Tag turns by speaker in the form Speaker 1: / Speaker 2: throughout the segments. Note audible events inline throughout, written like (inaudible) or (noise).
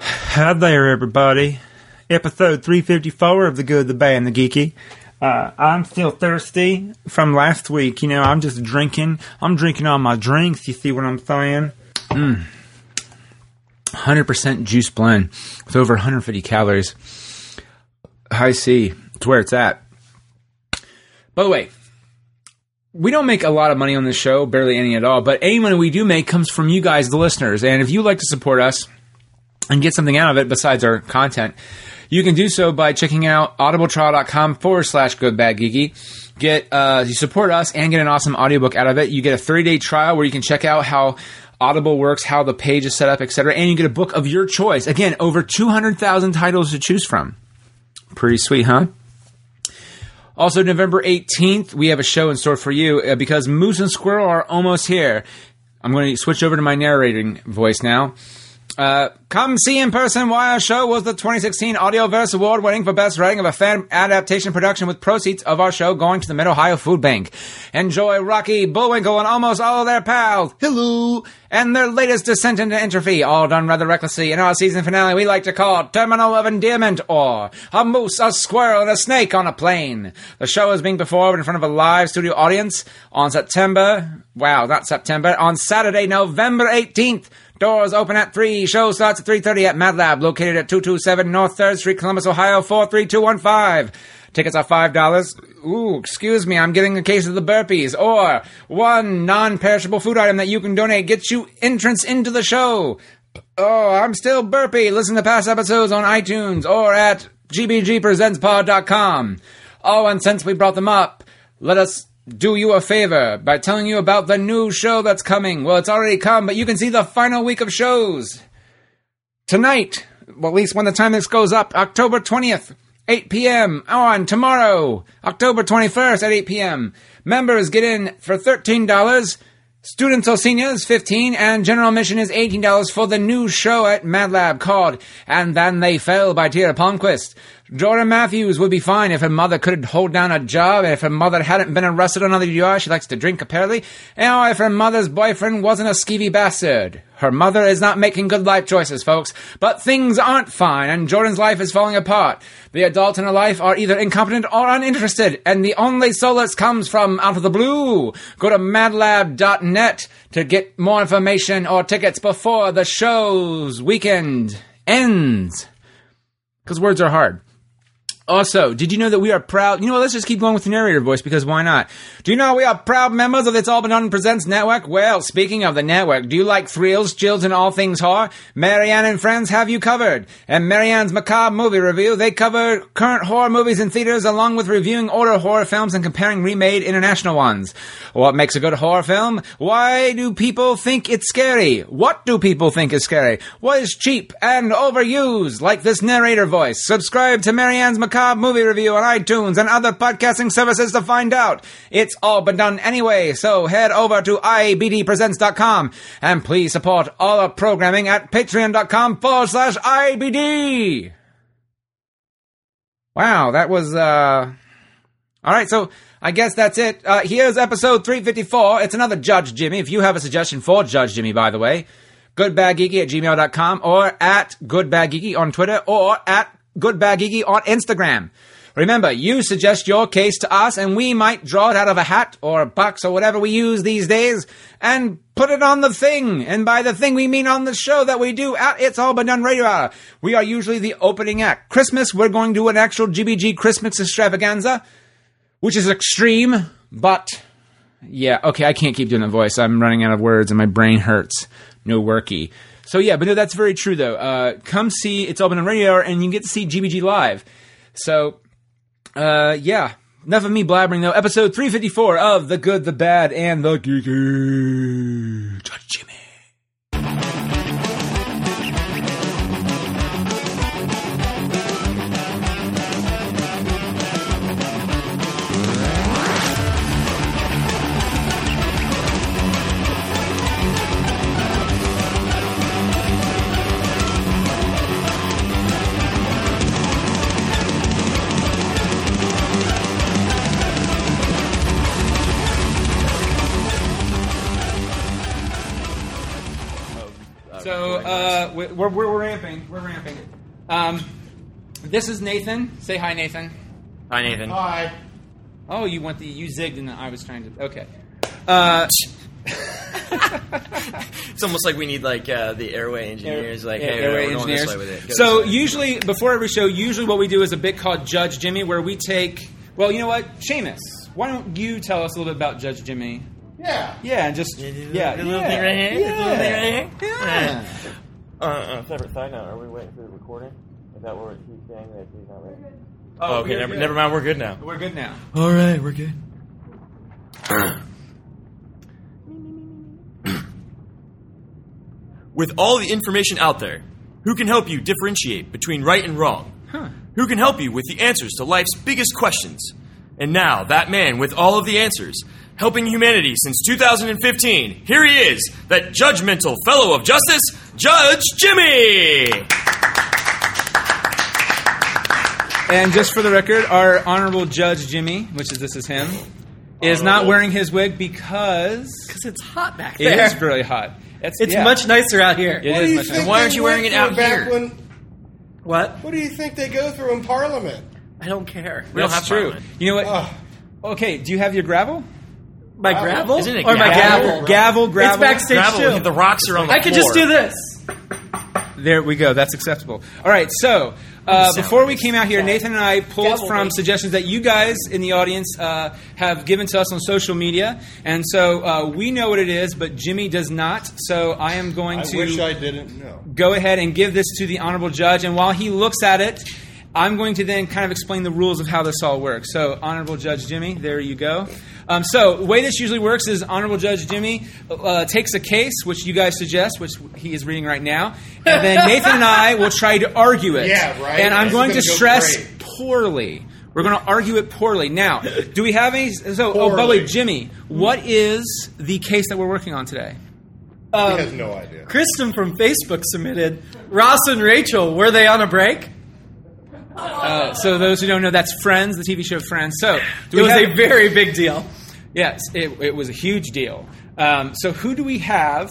Speaker 1: Hi there, everybody. Episode 354 of The Good, The Bad, and The Geeky. Uh, I'm still thirsty from last week. You know, I'm just drinking. I'm drinking all my drinks. You see what I'm saying? Mm. 100% juice blend with over 150 calories. High C. It's where it's at. By the way, we don't make a lot of money on this show, barely any at all, but any money we do make comes from you guys, the listeners. And if you like to support us and get something out of it besides our content, you can do so by checking out audibletrial.com forward slash good bad geeky. Get, uh, you support us and get an awesome audiobook out of it. You get a 30 day trial where you can check out how Audible works, how the page is set up, etc. And you get a book of your choice. Again, over 200,000 titles to choose from. Pretty sweet, huh? Also, November 18th, we have a show in store for you uh, because Moose and Squirrel are almost here. I'm going to switch over to my narrating voice now. Uh, come see in person why our show was the 2016 Audioverse Award winning for best writing of a fan adaptation production with proceeds of our show going to the Mid Ohio Food Bank. Enjoy Rocky, Bullwinkle, and almost all of their pals, hello, and their latest descent into entropy, all done rather recklessly in our season finale we like to call Terminal of Endearment or A Moose, a Squirrel, and a Snake on a Plane. The show is being performed in front of a live studio audience on September, wow, not September, on Saturday, November 18th. Doors open at 3. Show starts at 3.30 at Mad Lab, located at 227 North 3rd Street, Columbus, Ohio, 43215. Tickets are $5. Ooh, excuse me, I'm getting a case of the burpees. Or one non-perishable food item that you can donate gets you entrance into the show. Oh, I'm still burpy. Listen to past episodes on iTunes or at gbgpresentspod.com. Oh, and since we brought them up, let us do you a favor by telling you about the new show that's coming. Well, it's already come, but you can see the final week of shows. Tonight, well, at least when the time this goes up, October 20th, 8 p.m. On tomorrow, October 21st at 8 p.m. Members get in for $13. Students or seniors, 15 and general admission is $18 for the new show at Mad Lab called And Then They Fell by Tira Palmquist. Jordan Matthews would be fine if her mother could hold down a job, if her mother hadn't been arrested on the DUI she likes to drink apparently, and if her mother's boyfriend wasn't a skeevy bastard. Her mother is not making good life choices, folks, but things aren't fine, and Jordan's life is falling apart. The adults in her life are either incompetent or uninterested, and the only solace comes from out of the blue. Go to madlab.net to get more information or tickets before the show's weekend ends. Because words are hard. Also, did you know that we are proud? You know, what, let's just keep going with the narrator voice because why not? Do you know we are proud members of this All But None Presents network? Well, speaking of the network, do you like thrills, chills, and all things horror? Marianne and friends have you covered. And Marianne's Macabre Movie Review, they cover current horror movies in theaters along with reviewing older horror films and comparing remade international ones. What makes a good horror film? Why do people think it's scary? What do people think is scary? What is cheap and overused? Like this narrator voice. Subscribe to Marianne's Macabre movie review on iTunes and other podcasting services to find out. It's all been done anyway, so head over to IABDpresents.com and please support all our programming at patreon.com forward slash IBD. Wow, that was, uh. Alright, so I guess that's it. Uh, here's episode 354. It's another Judge Jimmy. If you have a suggestion for Judge Jimmy, by the way, goodbadgeeky at gmail.com or at goodbadgeeky on Twitter or at Good Bad Geeky on Instagram. Remember, you suggest your case to us and we might draw it out of a hat or a box or whatever we use these days and put it on the thing. And by the thing, we mean on the show that we do at It's All But Done Radio Hour. We are usually the opening act. Christmas, we're going to do an actual GBG Christmas extravaganza, which is extreme, but yeah, okay, I can't keep doing the voice. I'm running out of words and my brain hurts. No worky. So yeah, but no, that's very true though. Uh, come see it's all been on radio hour, and you get to see GBG live. So uh, yeah, enough of me blabbering though. Episode three fifty four of the good, the bad, and the geeky. Judge Jimmy. So uh, we're, we're, we're ramping. We're ramping. Um, this is Nathan. Say hi, Nathan.
Speaker 2: Hi, Nathan.
Speaker 3: Hi.
Speaker 1: Oh, you went the you zigged and I was trying to. Okay. Uh,
Speaker 2: It's almost like we need like uh, the airway engineers, like
Speaker 1: Yeah,
Speaker 2: hey,
Speaker 1: airway
Speaker 2: we're going
Speaker 1: engineers.
Speaker 2: this way with it. Go
Speaker 1: So
Speaker 2: this way.
Speaker 1: usually, before every show, usually what we do is a bit called Judge Jimmy, where we take. Well, you know what, Seamus, why don't you tell us a little bit about Judge Jimmy?
Speaker 3: Yeah.
Speaker 1: Yeah, and just
Speaker 2: Yeah, do the
Speaker 1: yeah,
Speaker 2: little
Speaker 1: yeah,
Speaker 2: thing right
Speaker 1: yeah,
Speaker 2: here, the little thing right here.
Speaker 1: yeah.
Speaker 2: uh, uh, separate side note: Are we waiting for the recording? Is that what he's saying that he's not ready?
Speaker 1: Oh,
Speaker 2: Oh, okay,
Speaker 1: you're
Speaker 2: never,
Speaker 1: good.
Speaker 2: never mind. We're good now.
Speaker 1: We're good now.
Speaker 2: All right, we're good. (clears throat) With all the information out there, who can help you differentiate between right and wrong? Who can help you with the answers to life's biggest questions? And now, that man with all of the answers, helping humanity since 2015, here he is, that judgmental fellow of justice, Judge Jimmy!
Speaker 1: And just for the record, our honorable Judge Jimmy, which is this is him, is not
Speaker 2: Honorable.
Speaker 1: wearing his wig because
Speaker 4: Because it's hot back
Speaker 1: it
Speaker 4: there.
Speaker 1: is really hot. It's,
Speaker 4: It's
Speaker 1: yeah.
Speaker 4: much nicer out here.
Speaker 1: It
Speaker 3: What
Speaker 1: is
Speaker 3: do you
Speaker 1: much.
Speaker 3: think
Speaker 2: Why
Speaker 3: they
Speaker 2: aren't you
Speaker 3: went
Speaker 2: wearing it
Speaker 3: through
Speaker 2: out
Speaker 3: back
Speaker 2: here?
Speaker 3: When,
Speaker 4: What?
Speaker 3: what do you think they go through in Parliament?
Speaker 4: I don't care.
Speaker 2: We don't
Speaker 1: That's
Speaker 2: have
Speaker 1: true.
Speaker 2: parliament.
Speaker 1: You know what?
Speaker 4: Oh.
Speaker 3: Ugh.
Speaker 1: okay, do you have your gravel?
Speaker 4: My gravel
Speaker 2: Isn't it
Speaker 4: or Oh, my
Speaker 2: gravel?
Speaker 4: gavel?
Speaker 1: Gavel, gravel.
Speaker 4: It's backstage
Speaker 2: Gravel,
Speaker 4: too.
Speaker 2: the rocks are on the
Speaker 4: I could just
Speaker 2: floor.
Speaker 4: do this.
Speaker 1: There we go. That's acceptable. All right. So uh,
Speaker 2: sound
Speaker 1: before we came out here, Nathan and I pulled
Speaker 4: Gavel,
Speaker 1: from
Speaker 4: baby.
Speaker 1: suggestions that you guys in the audience uh, have given to us on social media, and so uh, we know what it is, but Jimmy does not. So I am going
Speaker 3: I
Speaker 1: to
Speaker 3: wish I didn't know.
Speaker 1: go ahead and give this to the honorable judge, and while he looks at it. I'm going to then kind of explain the rules of how this all works. So, Honorable Judge Jimmy, there you go. Um, so, the way this usually works is Honorable Judge Jimmy uh, takes a case, which you guys suggest, which he is reading right now, and
Speaker 3: (laughs)
Speaker 1: then Nathan and I will try to argue it.
Speaker 3: Yeah, right.
Speaker 1: And I'm
Speaker 3: It's
Speaker 1: going to
Speaker 3: gonna go
Speaker 1: stress
Speaker 3: great.
Speaker 1: poorly. We're going to argue it poorly. Now, do we have any? So, oh, by the
Speaker 3: Poorly.
Speaker 1: way, Jimmy, what is the case that we're working on today?
Speaker 2: Um,
Speaker 3: he has no idea.
Speaker 4: Kristen from Facebook submitted Ross and Rachel. Were they on a break?
Speaker 1: Uh, so those who don't know, that's Friends, the TV show Friends. So do
Speaker 4: It was
Speaker 1: have-
Speaker 4: a very big deal.
Speaker 1: yes, it, it was a huge deal. Um, so who do we have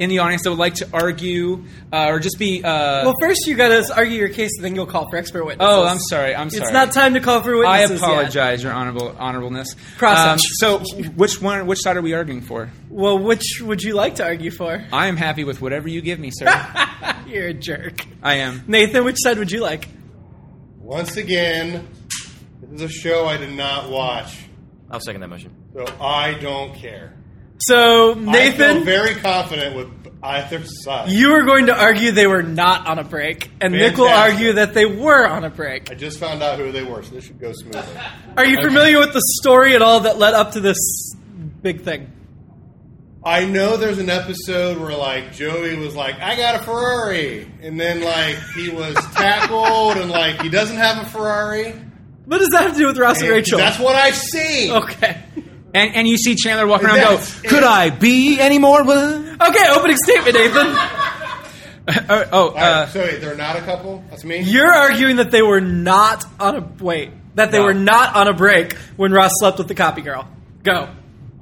Speaker 1: in the audience that would like to argue uh, or just be? Uh,
Speaker 4: Well, first you gotta argue your case, and then you'll call for expert witnesses.
Speaker 1: oh, I'm sorry. I'm sorry.
Speaker 4: It's not time to call for
Speaker 1: I
Speaker 4: witnesses. yet.
Speaker 1: apologize, Your Honorable Honorableness. Um,
Speaker 4: Process.
Speaker 1: so which one? Which side are we arguing for?
Speaker 4: Well, which would you like to argue for? (laughs)
Speaker 1: I am happy with whatever you give me, sir.
Speaker 4: You're a jerk,
Speaker 1: I am.
Speaker 4: Nathan. Which side would you like?
Speaker 3: Once again, this is a show I did not watch,
Speaker 2: I'll second that motion.
Speaker 3: so I don't care.
Speaker 4: So
Speaker 3: I feel
Speaker 4: Nathan,
Speaker 3: very confident with either side.
Speaker 4: you are going to argue they were not on a break, and Nick will
Speaker 3: Fantastic.
Speaker 4: argue that they were on a break.
Speaker 3: I just found out who they were, so this should go smoothly.
Speaker 4: Are you familiar with the story at all that led up to this big thing?
Speaker 3: I know there's an episode where like Joey was like, "I got a Ferrari," and then like he was tackled and like he doesn't have a Ferrari.
Speaker 4: What does that have to do with Ross and
Speaker 3: And
Speaker 4: Rachel?
Speaker 3: That's what I've seen.
Speaker 4: okay.
Speaker 1: And and you see Chandler walking around, and
Speaker 3: That's
Speaker 1: go, could
Speaker 3: it.
Speaker 1: I (laughs) be any more? uh,
Speaker 4: Okay, opening statement, Nathan.
Speaker 1: oh,
Speaker 3: All right,
Speaker 1: uh,
Speaker 3: so wait, they're not a couple. That's me.
Speaker 4: You're arguing that they were not on a wait, that they
Speaker 1: No.
Speaker 4: were not on a break when Ross slept with the copy girl. Go.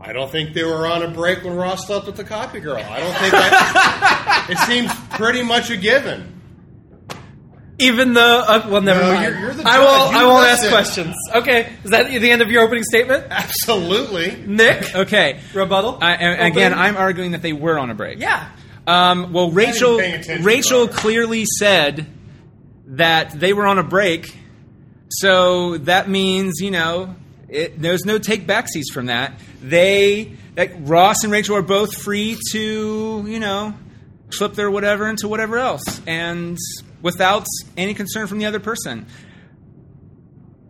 Speaker 3: I don't think they were on a break when Ross slept with the copy girl. I don't think that.
Speaker 4: (laughs)
Speaker 3: it seems pretty much a given.
Speaker 4: Even though, uh, well, never
Speaker 3: No,
Speaker 4: mind.
Speaker 3: you're- you're the
Speaker 4: I will.
Speaker 3: judge. You
Speaker 4: I won't
Speaker 3: listen.
Speaker 4: ask questions. Okay, is that the end of your opening statement,
Speaker 3: Absolutely.
Speaker 4: Nick?
Speaker 1: okay.
Speaker 4: Rebuttal.
Speaker 1: I, and again,
Speaker 4: Open.
Speaker 1: I'm arguing that they were on a break.
Speaker 4: yeah.
Speaker 1: Um, well, Rachel
Speaker 3: paying attention,
Speaker 1: Rachel
Speaker 3: Robert.
Speaker 1: clearly said that they were on a break, so that means you know it, there's no take backsies from that. They like Ross and Rachel are both free to you know slip their whatever into whatever else, and without any concern from the other person.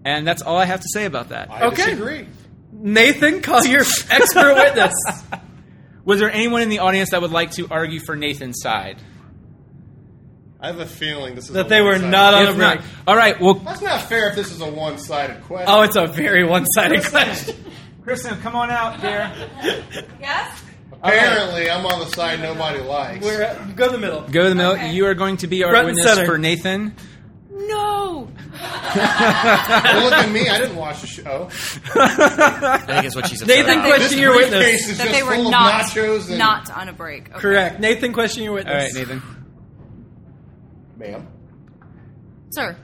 Speaker 1: And that's all I have to say about that.
Speaker 3: I
Speaker 4: Okay.
Speaker 3: disagree.
Speaker 4: Nathan, call your expert witness.
Speaker 1: Was there anyone in the audience that would like to argue for Nathan's side?
Speaker 3: I have a feeling this is
Speaker 4: That
Speaker 3: a
Speaker 4: they were
Speaker 3: one-sided-
Speaker 4: not on a
Speaker 1: If not-
Speaker 4: break.
Speaker 1: all right. Well,
Speaker 3: That's not fair. If this is a one-sided question.
Speaker 4: Oh, it's a very one-sided question.
Speaker 1: Kristen, come on out here.
Speaker 5: Yes?
Speaker 3: Apparently, I'm on the side nobody likes.
Speaker 4: We're at, go to the middle.
Speaker 1: Go to the middle.
Speaker 5: Okay.
Speaker 1: You are going to be our
Speaker 4: Front and
Speaker 1: witness
Speaker 4: center.
Speaker 1: for Nathan.
Speaker 5: No!
Speaker 4: (laughs)
Speaker 3: Well, look at me. I didn't watch the show.
Speaker 2: (laughs) I think that's what she said.
Speaker 4: Nathan,
Speaker 2: Sorry.
Speaker 4: question your witness.
Speaker 3: briefcase is
Speaker 5: That
Speaker 3: just
Speaker 5: they were
Speaker 3: full
Speaker 5: not,
Speaker 3: of nachos and
Speaker 5: not on a break. Okay.
Speaker 4: Correct. Nathan, question your
Speaker 1: All right,
Speaker 4: witness.
Speaker 1: Nathan.
Speaker 3: ma'am.
Speaker 5: Sir.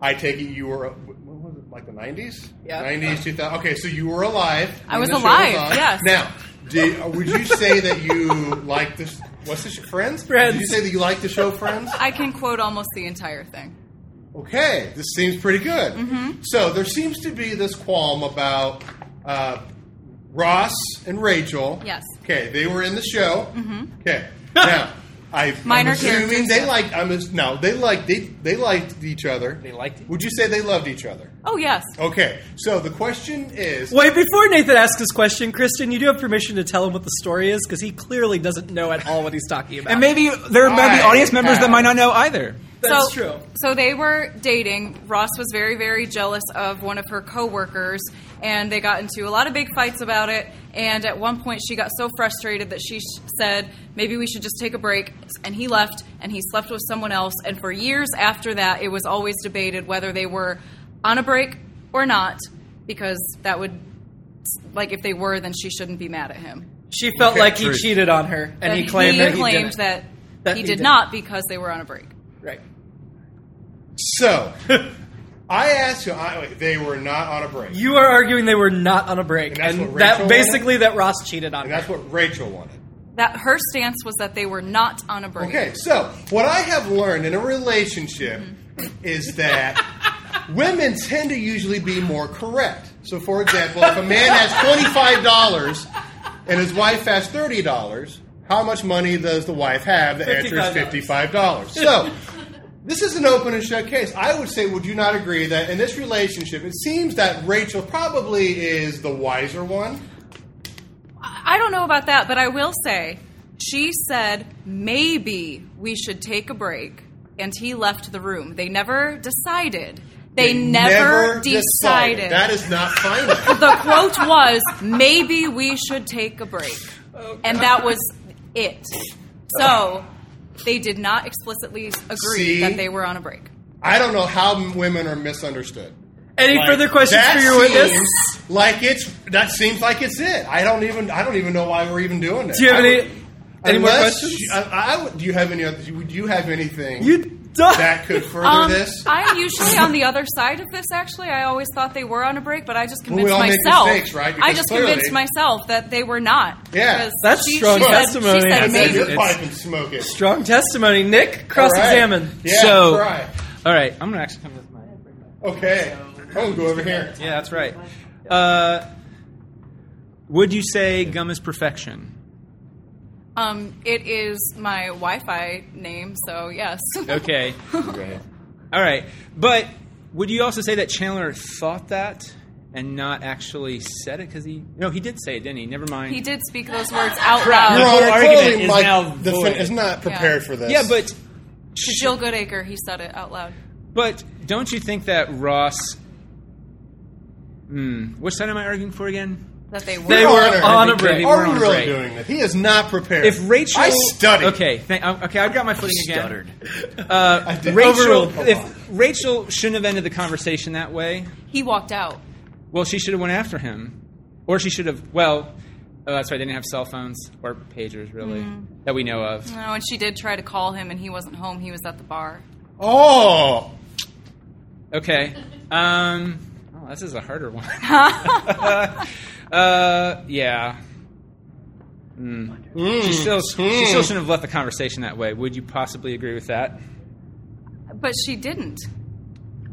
Speaker 3: I take it you were when was it like the nineties?
Speaker 5: Yeah.
Speaker 3: nineties, two thousand. Okay, so you were alive.
Speaker 5: I
Speaker 3: when
Speaker 5: was
Speaker 3: the show
Speaker 5: alive,
Speaker 3: on.
Speaker 5: yes.
Speaker 3: Now, did, would you say that you (laughs) like this? What's this? Friends?
Speaker 4: Friends.
Speaker 3: Did you say that you like the show
Speaker 5: (laughs)
Speaker 3: Friends?
Speaker 5: I can quote almost the entire thing.
Speaker 3: Okay, this seems pretty good.
Speaker 5: Mm-hmm.
Speaker 3: So there seems to be this qualm about uh, Ross and Rachel.
Speaker 5: Yes. Mm-hmm.
Speaker 3: Okay, they were in the show.
Speaker 5: (laughs)
Speaker 3: Okay, now I,
Speaker 5: Minor
Speaker 3: I'm assuming
Speaker 5: characters,
Speaker 3: they
Speaker 5: yeah.
Speaker 3: liked. I'm as, no, they liked they they liked each other.
Speaker 4: They liked it?
Speaker 3: Would you say they loved each other?
Speaker 5: Oh, yes.
Speaker 3: Okay, so the question is.
Speaker 4: Wait, before Nathan asks his question, Kristen, you do have permission to tell him what the story is because he clearly doesn't know at all what he's talking about.
Speaker 1: And maybe there might be
Speaker 3: I
Speaker 1: audience members that
Speaker 3: have-
Speaker 1: might not know either.
Speaker 4: That's
Speaker 5: so,
Speaker 4: true.
Speaker 5: So they were dating. Ross was very, very jealous of one of her coworkers, and they got into a lot of big fights about it. And at one point, she got so frustrated that she sh- said, "Maybe we should just take a break." And he left, and he slept with someone else. And for years after that, it was always debated whether they were on a break or not, because that would, like, if they were, then she shouldn't be mad at him.
Speaker 4: She felt
Speaker 3: Okay,
Speaker 4: like he
Speaker 3: truth.
Speaker 4: cheated on her, and he claimed that he
Speaker 5: claimed
Speaker 4: didn't.
Speaker 5: that
Speaker 4: That
Speaker 5: he
Speaker 4: he
Speaker 5: did
Speaker 4: didn't.
Speaker 5: not because they were on a break.
Speaker 4: Right.
Speaker 3: So, I asked you. I, wait, they were not on a break,
Speaker 4: You are arguing they were not on a break,
Speaker 3: And that's
Speaker 4: and,
Speaker 3: what Rachel
Speaker 4: that
Speaker 3: wanted?
Speaker 4: basically that Ross cheated on
Speaker 3: and
Speaker 4: her.
Speaker 3: that's what Rachel wanted.
Speaker 5: That her stance was that they were not on a break.
Speaker 3: Okay, so what I have learned in a relationship
Speaker 5: Mm-hmm.
Speaker 3: is that
Speaker 5: (laughs)
Speaker 3: women tend to usually be more correct. So, for example, if a man has $25 and his wife has $30, how much money does the wife have? The answer is $55. So, this is an open and shut case. I would say, would you not agree that in this relationship, it seems that Rachel probably is the wiser one?
Speaker 5: I I don't know about that, but I will say she said maybe we should take a break, and he left the room. They never decided. They, never, decided.
Speaker 3: That is not final.
Speaker 5: (laughs) the quote was maybe we should take a break, and that was it. So they did not explicitly agree
Speaker 3: See?
Speaker 5: that they were on a break.
Speaker 3: I don't know how women are misunderstood.
Speaker 4: Any
Speaker 3: Like,
Speaker 4: further questions
Speaker 3: that
Speaker 4: for your witness?
Speaker 3: seems Like it's that seems like it's it. I don't even I don't even know why we're even doing this.
Speaker 4: Do you have
Speaker 3: I
Speaker 4: any
Speaker 3: would-
Speaker 4: any more
Speaker 3: unless
Speaker 4: questions? Uh,
Speaker 3: you- I, I would- do you have any other? Would you have anything
Speaker 4: you don't. (laughs)
Speaker 3: that could further
Speaker 5: Um,
Speaker 3: this?
Speaker 5: (laughs) I'm usually on the other side of this. Actually, I always thought they were on a break, but I just
Speaker 3: Well, we
Speaker 5: convinced
Speaker 3: all make
Speaker 5: myself.
Speaker 3: mistakes, right?
Speaker 5: I
Speaker 3: Because
Speaker 5: just
Speaker 3: clearly-
Speaker 5: convinced myself that they were not.
Speaker 3: Yeah.
Speaker 5: Because
Speaker 4: That's
Speaker 5: she,
Speaker 4: strong
Speaker 5: she said-
Speaker 4: testimony.
Speaker 5: she
Speaker 4: That's
Speaker 5: said
Speaker 3: That's it.
Speaker 5: maybe.
Speaker 3: Your pipe and smoke it.
Speaker 4: Strong testimony, Nick.
Speaker 3: All right.
Speaker 4: Cross-examine.
Speaker 3: Yeah,
Speaker 1: So-
Speaker 3: try.
Speaker 1: All right, I'm gonna actually come with my.
Speaker 3: Okay. Oh, go over here.
Speaker 1: Yeah, that's right. Uh, would you say gum is perfection?
Speaker 5: Um, it is my Wi-Fi name, so yes.
Speaker 1: Okay. All right, but would you also say that Chandler thought that and not actually said it? Because he no, he did say it, didn't he? Never mind.
Speaker 5: (laughs) he did speak those words out
Speaker 1: Crap. You're
Speaker 5: loud
Speaker 3: Your
Speaker 1: whole
Speaker 3: Honor,
Speaker 1: argument
Speaker 3: clearly
Speaker 1: is
Speaker 3: Mike
Speaker 1: now
Speaker 3: the fin-
Speaker 1: void.
Speaker 3: is not prepared for this.
Speaker 1: Yeah, but
Speaker 5: to Jill Goodacre. He said it out loud.
Speaker 1: but don't you think that Ross? Hmm. Which side am I arguing for again?
Speaker 5: That they were.
Speaker 4: They
Speaker 3: Your
Speaker 4: were
Speaker 3: Honor,
Speaker 4: on
Speaker 1: I
Speaker 4: a
Speaker 1: think they
Speaker 4: break.
Speaker 1: were
Speaker 3: Are
Speaker 1: on
Speaker 3: we
Speaker 1: a
Speaker 3: really
Speaker 1: break.
Speaker 3: doing this? He is not prepared.
Speaker 1: If Rachel,
Speaker 3: I studied.
Speaker 1: Okay, thank, um, okay, I've got my footing again.
Speaker 2: Stuttered.
Speaker 1: Uh,
Speaker 3: did.
Speaker 1: Rachel,
Speaker 3: Overruled.
Speaker 1: if Rachel shouldn't have ended the conversation that way,
Speaker 5: He walked out.
Speaker 1: well, she should have went after him, or she should have. Well, oh, that's right. They didn't have cell phones or pagers really that we know of.
Speaker 5: No, Uh, and she did try to call him, and he wasn't home. He was at the bar.
Speaker 3: Oh,
Speaker 5: (laughs)
Speaker 1: Okay. Um, oh, this is a harder one. (laughs) uh, yeah. Mm.
Speaker 3: Hmm.
Speaker 1: She still, she still shouldn't have left the conversation that way. Would you possibly agree with that?
Speaker 5: But she didn't.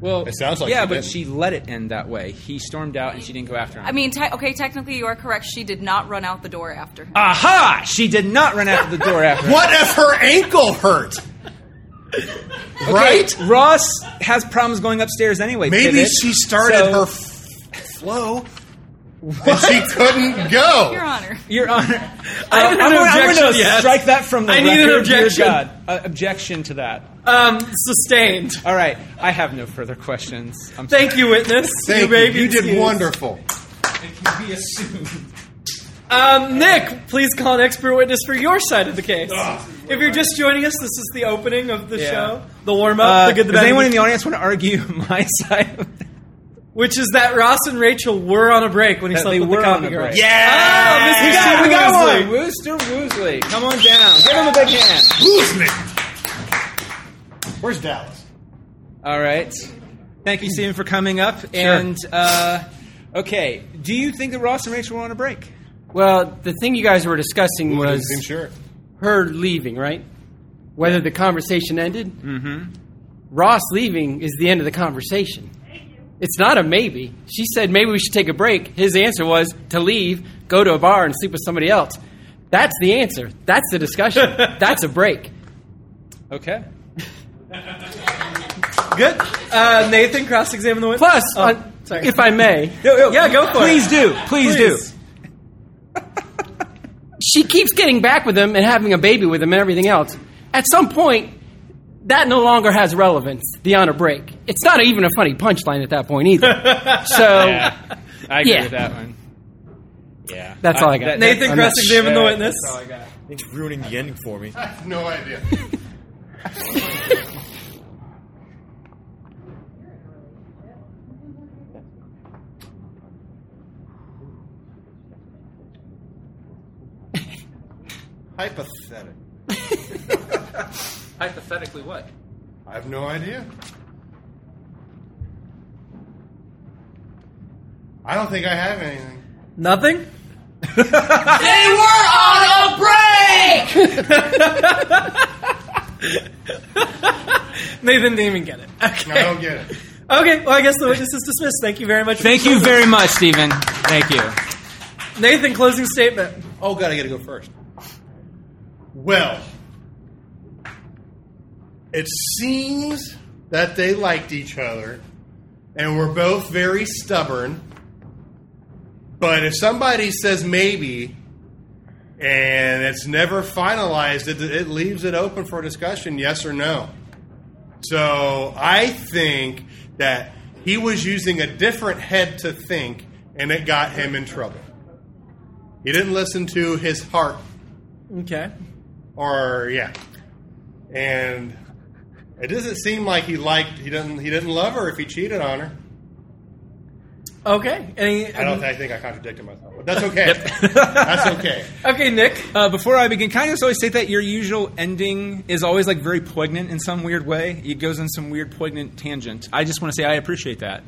Speaker 1: Well,
Speaker 3: It sounds like
Speaker 1: yeah,
Speaker 3: she
Speaker 1: but
Speaker 3: didn't.
Speaker 1: she let it end that way. He stormed out, and she didn't go after him.
Speaker 5: I mean, te- okay, technically you are correct. She did not run out the door after
Speaker 3: Uh,
Speaker 5: him.
Speaker 1: aha! She did not run out the door after. him.
Speaker 3: (laughs) what if her ankle hurt? Right?
Speaker 1: Ross has problems going upstairs anyway.
Speaker 3: Maybe
Speaker 1: pivot.
Speaker 3: she started
Speaker 1: So-
Speaker 3: her f- flow. And she couldn't
Speaker 5: Your
Speaker 3: go.
Speaker 5: Honor.
Speaker 1: Your Honor,
Speaker 4: I
Speaker 1: Uh,
Speaker 4: need an
Speaker 1: I'm gonna- I'm
Speaker 4: objection,
Speaker 1: gonna
Speaker 4: yes.
Speaker 1: strike that from the
Speaker 4: I need an
Speaker 1: record, dear
Speaker 4: objection.
Speaker 1: God. Uh, objection to that.
Speaker 4: Um, sustained.
Speaker 1: All right, I have no further questions. I'm
Speaker 4: Thank you, witness.
Speaker 3: Thank you.
Speaker 4: may be
Speaker 3: You did
Speaker 4: excused.
Speaker 3: wonderful.
Speaker 1: sorry.
Speaker 4: Um, Nick, please call an expert witness for your side of the case. If you're just joining us, this is the opening of the
Speaker 1: Yeah.
Speaker 4: show, the warm up,
Speaker 1: Uh,
Speaker 4: the good, the
Speaker 1: does
Speaker 4: bad,
Speaker 1: anyone in
Speaker 4: and
Speaker 1: the audience want to argue (laughs) my side? of that?
Speaker 4: which is that Ross and Rachel were on a break when he
Speaker 1: That
Speaker 4: slept
Speaker 1: they
Speaker 4: with
Speaker 1: were
Speaker 4: the
Speaker 1: on
Speaker 4: copy
Speaker 1: a
Speaker 4: girl.
Speaker 1: break.
Speaker 4: Ah, Mr.
Speaker 1: we got, we got
Speaker 4: Woosley.
Speaker 1: one. Wooster Woosley, come on down. Give him a big hand.
Speaker 3: Who's me? Where's Dallas?
Speaker 4: All right. Thank you, Stephen, for coming up. And uh, okay, do you think that Ross and Rachel were on a break?
Speaker 6: Well, the thing you guys were discussing was
Speaker 3: Didn't seem sure.
Speaker 6: her leaving, right? Whether the conversation ended. Mm-hmm. Ross leaving is the end of the conversation. It's not a maybe. She said maybe we should take a break. His answer was to leave, go to a bar, and sleep with somebody else. That's the answer. That's the discussion. (laughs) That's a break.
Speaker 4: Okay. Good. Uh, Nathan, cross-examine the witness.
Speaker 6: Plus, on-
Speaker 4: sorry.
Speaker 6: if I may,
Speaker 4: yeah, go for
Speaker 6: Oh, please
Speaker 4: it.
Speaker 6: do, please,
Speaker 4: Please.
Speaker 6: do. she keeps getting back with him and having a baby with him and everything else. At some point, that no longer has relevance beyond a break. It's not even a funny punchline at that point either. (laughs)
Speaker 1: Oh.
Speaker 6: so
Speaker 1: I agree
Speaker 6: Yeah.
Speaker 1: with that one. Yeah. Uh,
Speaker 6: that's all I got.
Speaker 4: Nathan,
Speaker 6: I'm not-
Speaker 4: cross-examine the
Speaker 1: sure.
Speaker 4: witness.
Speaker 2: It's ruining the ending for me.
Speaker 3: I have no idea. Hypothetical.
Speaker 1: Hypothetically, what?
Speaker 3: I have no idea. I don't think I have anything.
Speaker 4: Nothing. they were on a break. (laughs) Nathan didn't even get it. Okay.
Speaker 3: I don't get it.
Speaker 4: Okay. Well, I guess the witness is dismissed. Thank you very much. for
Speaker 1: Thank you very much, Stephen. Thank you.
Speaker 4: Nathan, closing statement.
Speaker 3: Oh god, I gotta go first. Well, it seems that they liked each other and were both very stubborn. But if somebody says maybe and it's never finalized, it, it leaves it open for discussion yes or no. So I think that he was using a different head to think, and it got him in trouble. He didn't listen to his heart,
Speaker 4: Okay.
Speaker 3: or yeah, and it doesn't seem like he liked. He doesn't. He didn't love her if he cheated on her.
Speaker 4: Okay. Any,
Speaker 3: I
Speaker 1: Mm-hmm.
Speaker 3: don't. I think I contradicted myself, but that's okay. (laughs) that's okay.
Speaker 4: Okay, Nick.
Speaker 1: Uh, before I begin, can I just always say that your usual ending is always like very poignant in some weird way? It goes in some weird poignant tangent. I just want to say I appreciate that.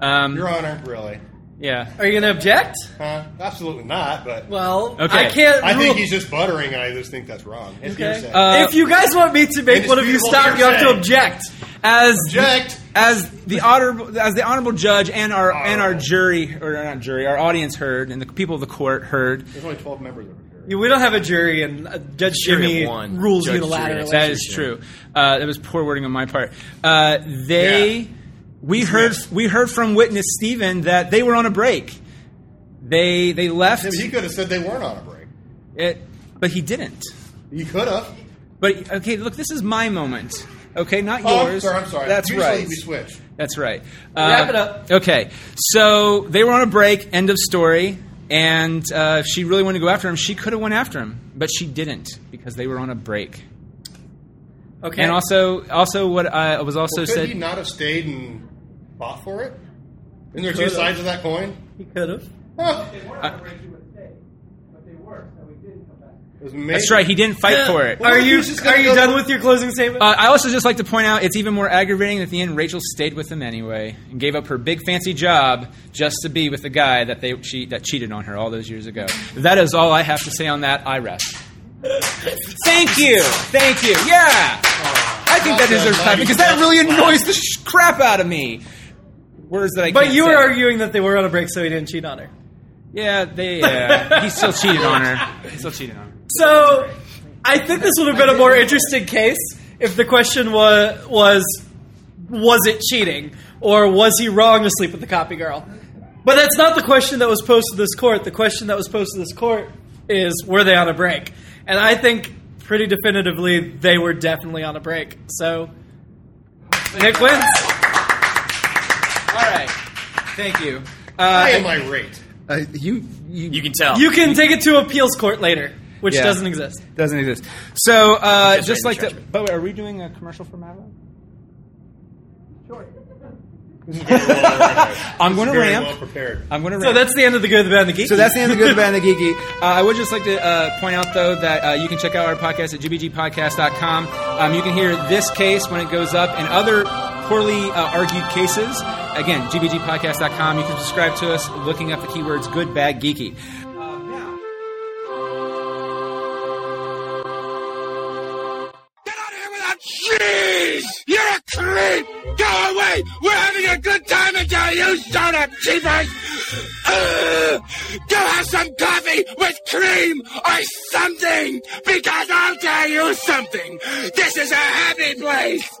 Speaker 1: Um,
Speaker 3: Your Honor, really?
Speaker 1: yeah.
Speaker 4: Are you going to object?
Speaker 3: Huh? Absolutely not. But
Speaker 4: Well,
Speaker 1: Okay.
Speaker 4: I can't.
Speaker 3: I
Speaker 4: rule-
Speaker 3: think he's just buttering. I just think that's wrong. It's
Speaker 4: Okay.
Speaker 3: hearsay.
Speaker 1: Uh,
Speaker 4: if you guys want me to make one of you
Speaker 3: Indisputable
Speaker 4: stop, you have to
Speaker 3: hearsay.
Speaker 4: object.
Speaker 1: As
Speaker 3: Object.
Speaker 1: as the honorable as the honorable judge and our and our
Speaker 3: Honorable.
Speaker 1: jury or not jury, our audience heard and the people of the court heard.
Speaker 3: There's only twelve members over here.
Speaker 4: Yeah, We don't have a jury, and uh, Judge
Speaker 2: Jury of
Speaker 4: Jimmy
Speaker 2: one.
Speaker 4: rules
Speaker 2: Judge
Speaker 4: unilaterally.
Speaker 2: jury.
Speaker 1: That is true. Uh, that was poor wording on my part. Uh, they,
Speaker 3: Yeah.
Speaker 1: we heard, we heard from witness Stephen that they were on a break. They they left,
Speaker 3: Yeah, but He could have said they weren't on a break.
Speaker 1: it, but he didn't.
Speaker 3: You could have.
Speaker 1: But okay, look, this is my moment. Okay, not
Speaker 3: Oh, I'm
Speaker 1: yours.
Speaker 3: sorry. I'm sorry.
Speaker 1: That's
Speaker 3: Usually
Speaker 1: right.
Speaker 3: We switch.
Speaker 1: That's right. Uh,
Speaker 4: Wrap it up.
Speaker 1: Okay, so they were on a break. End of story. And uh, if she really wanted to go after him, she could have went after him, but she didn't because they were on a break.
Speaker 4: Okay.
Speaker 1: And also, also what I was also
Speaker 3: Could
Speaker 1: said.
Speaker 3: he not have stayed and fought for it? Isn't there two
Speaker 4: Could've.
Speaker 3: sides of that coin?
Speaker 4: he could have.
Speaker 3: Huh. It was amazing.
Speaker 1: That's right. He didn't fight for it.
Speaker 3: Well,
Speaker 4: Are
Speaker 3: if
Speaker 4: you
Speaker 3: he's just
Speaker 4: are
Speaker 3: gonna
Speaker 4: you
Speaker 3: go-
Speaker 4: done with your closing statement?
Speaker 1: Uh, I also just like to point out it's even more aggravating that at the end Rachel stayed with him anyway and gave up her big fancy job just to be with the guy that they che- that cheated on her all those years ago. That is all I have to say on that. I rest. Thank you, thank you. Yeah, I think that
Speaker 3: Not
Speaker 1: deserves
Speaker 3: that
Speaker 1: time because that really annoys the sh- crap out of me. Words that I.
Speaker 4: but
Speaker 1: can't
Speaker 4: you were
Speaker 1: say.
Speaker 4: arguing that they were on a break, so he didn't cheat on her.
Speaker 1: Yeah, they. Yeah, he still cheated on her. He still cheated on her.
Speaker 4: So, I think this would have been a more interesting case if the question was was was it cheating or was he wrong to sleep with the copy girl? But that's not the question that was posed to this court. The question that was posed to this court is were they on a break? And I think pretty definitively they were definitely on a break. So Nick wins.
Speaker 1: All right, thank you.
Speaker 3: I
Speaker 1: Uh,
Speaker 3: am irate.
Speaker 1: uh, you, you
Speaker 2: You can tell.
Speaker 4: You can take it to appeals court later, which
Speaker 1: Yeah.
Speaker 4: doesn't exist.
Speaker 1: doesn't exist. So uh,
Speaker 2: It's
Speaker 1: just
Speaker 2: right
Speaker 1: like
Speaker 2: in
Speaker 1: the.
Speaker 2: judgment.
Speaker 1: By the way, are we doing a commercial for Madeline? (laughs) I'm going to
Speaker 3: Very well
Speaker 1: ramp.
Speaker 3: prepared.
Speaker 1: I'm going to
Speaker 4: So
Speaker 1: ramp.
Speaker 4: that's the end of the good, the bad, and the geek.
Speaker 1: So that's the end of the good, the bad, and the (laughs) geeky. Uh, I would just like to uh, point out, though, that uh, you can check out our podcast at gbgpodcast.com. Um, you can hear this case when it goes up and other poorly uh, argued cases. Again, gbgpodcast.com. You can subscribe to us looking up the keywords good, bad, geeky.
Speaker 7: Get out of here without cheese! You're a creep! Go away! We're having a good time until you showed up, cheapers! Ugh! Go have some coffee with cream or something! Because I'll tell you something! This is a happy place!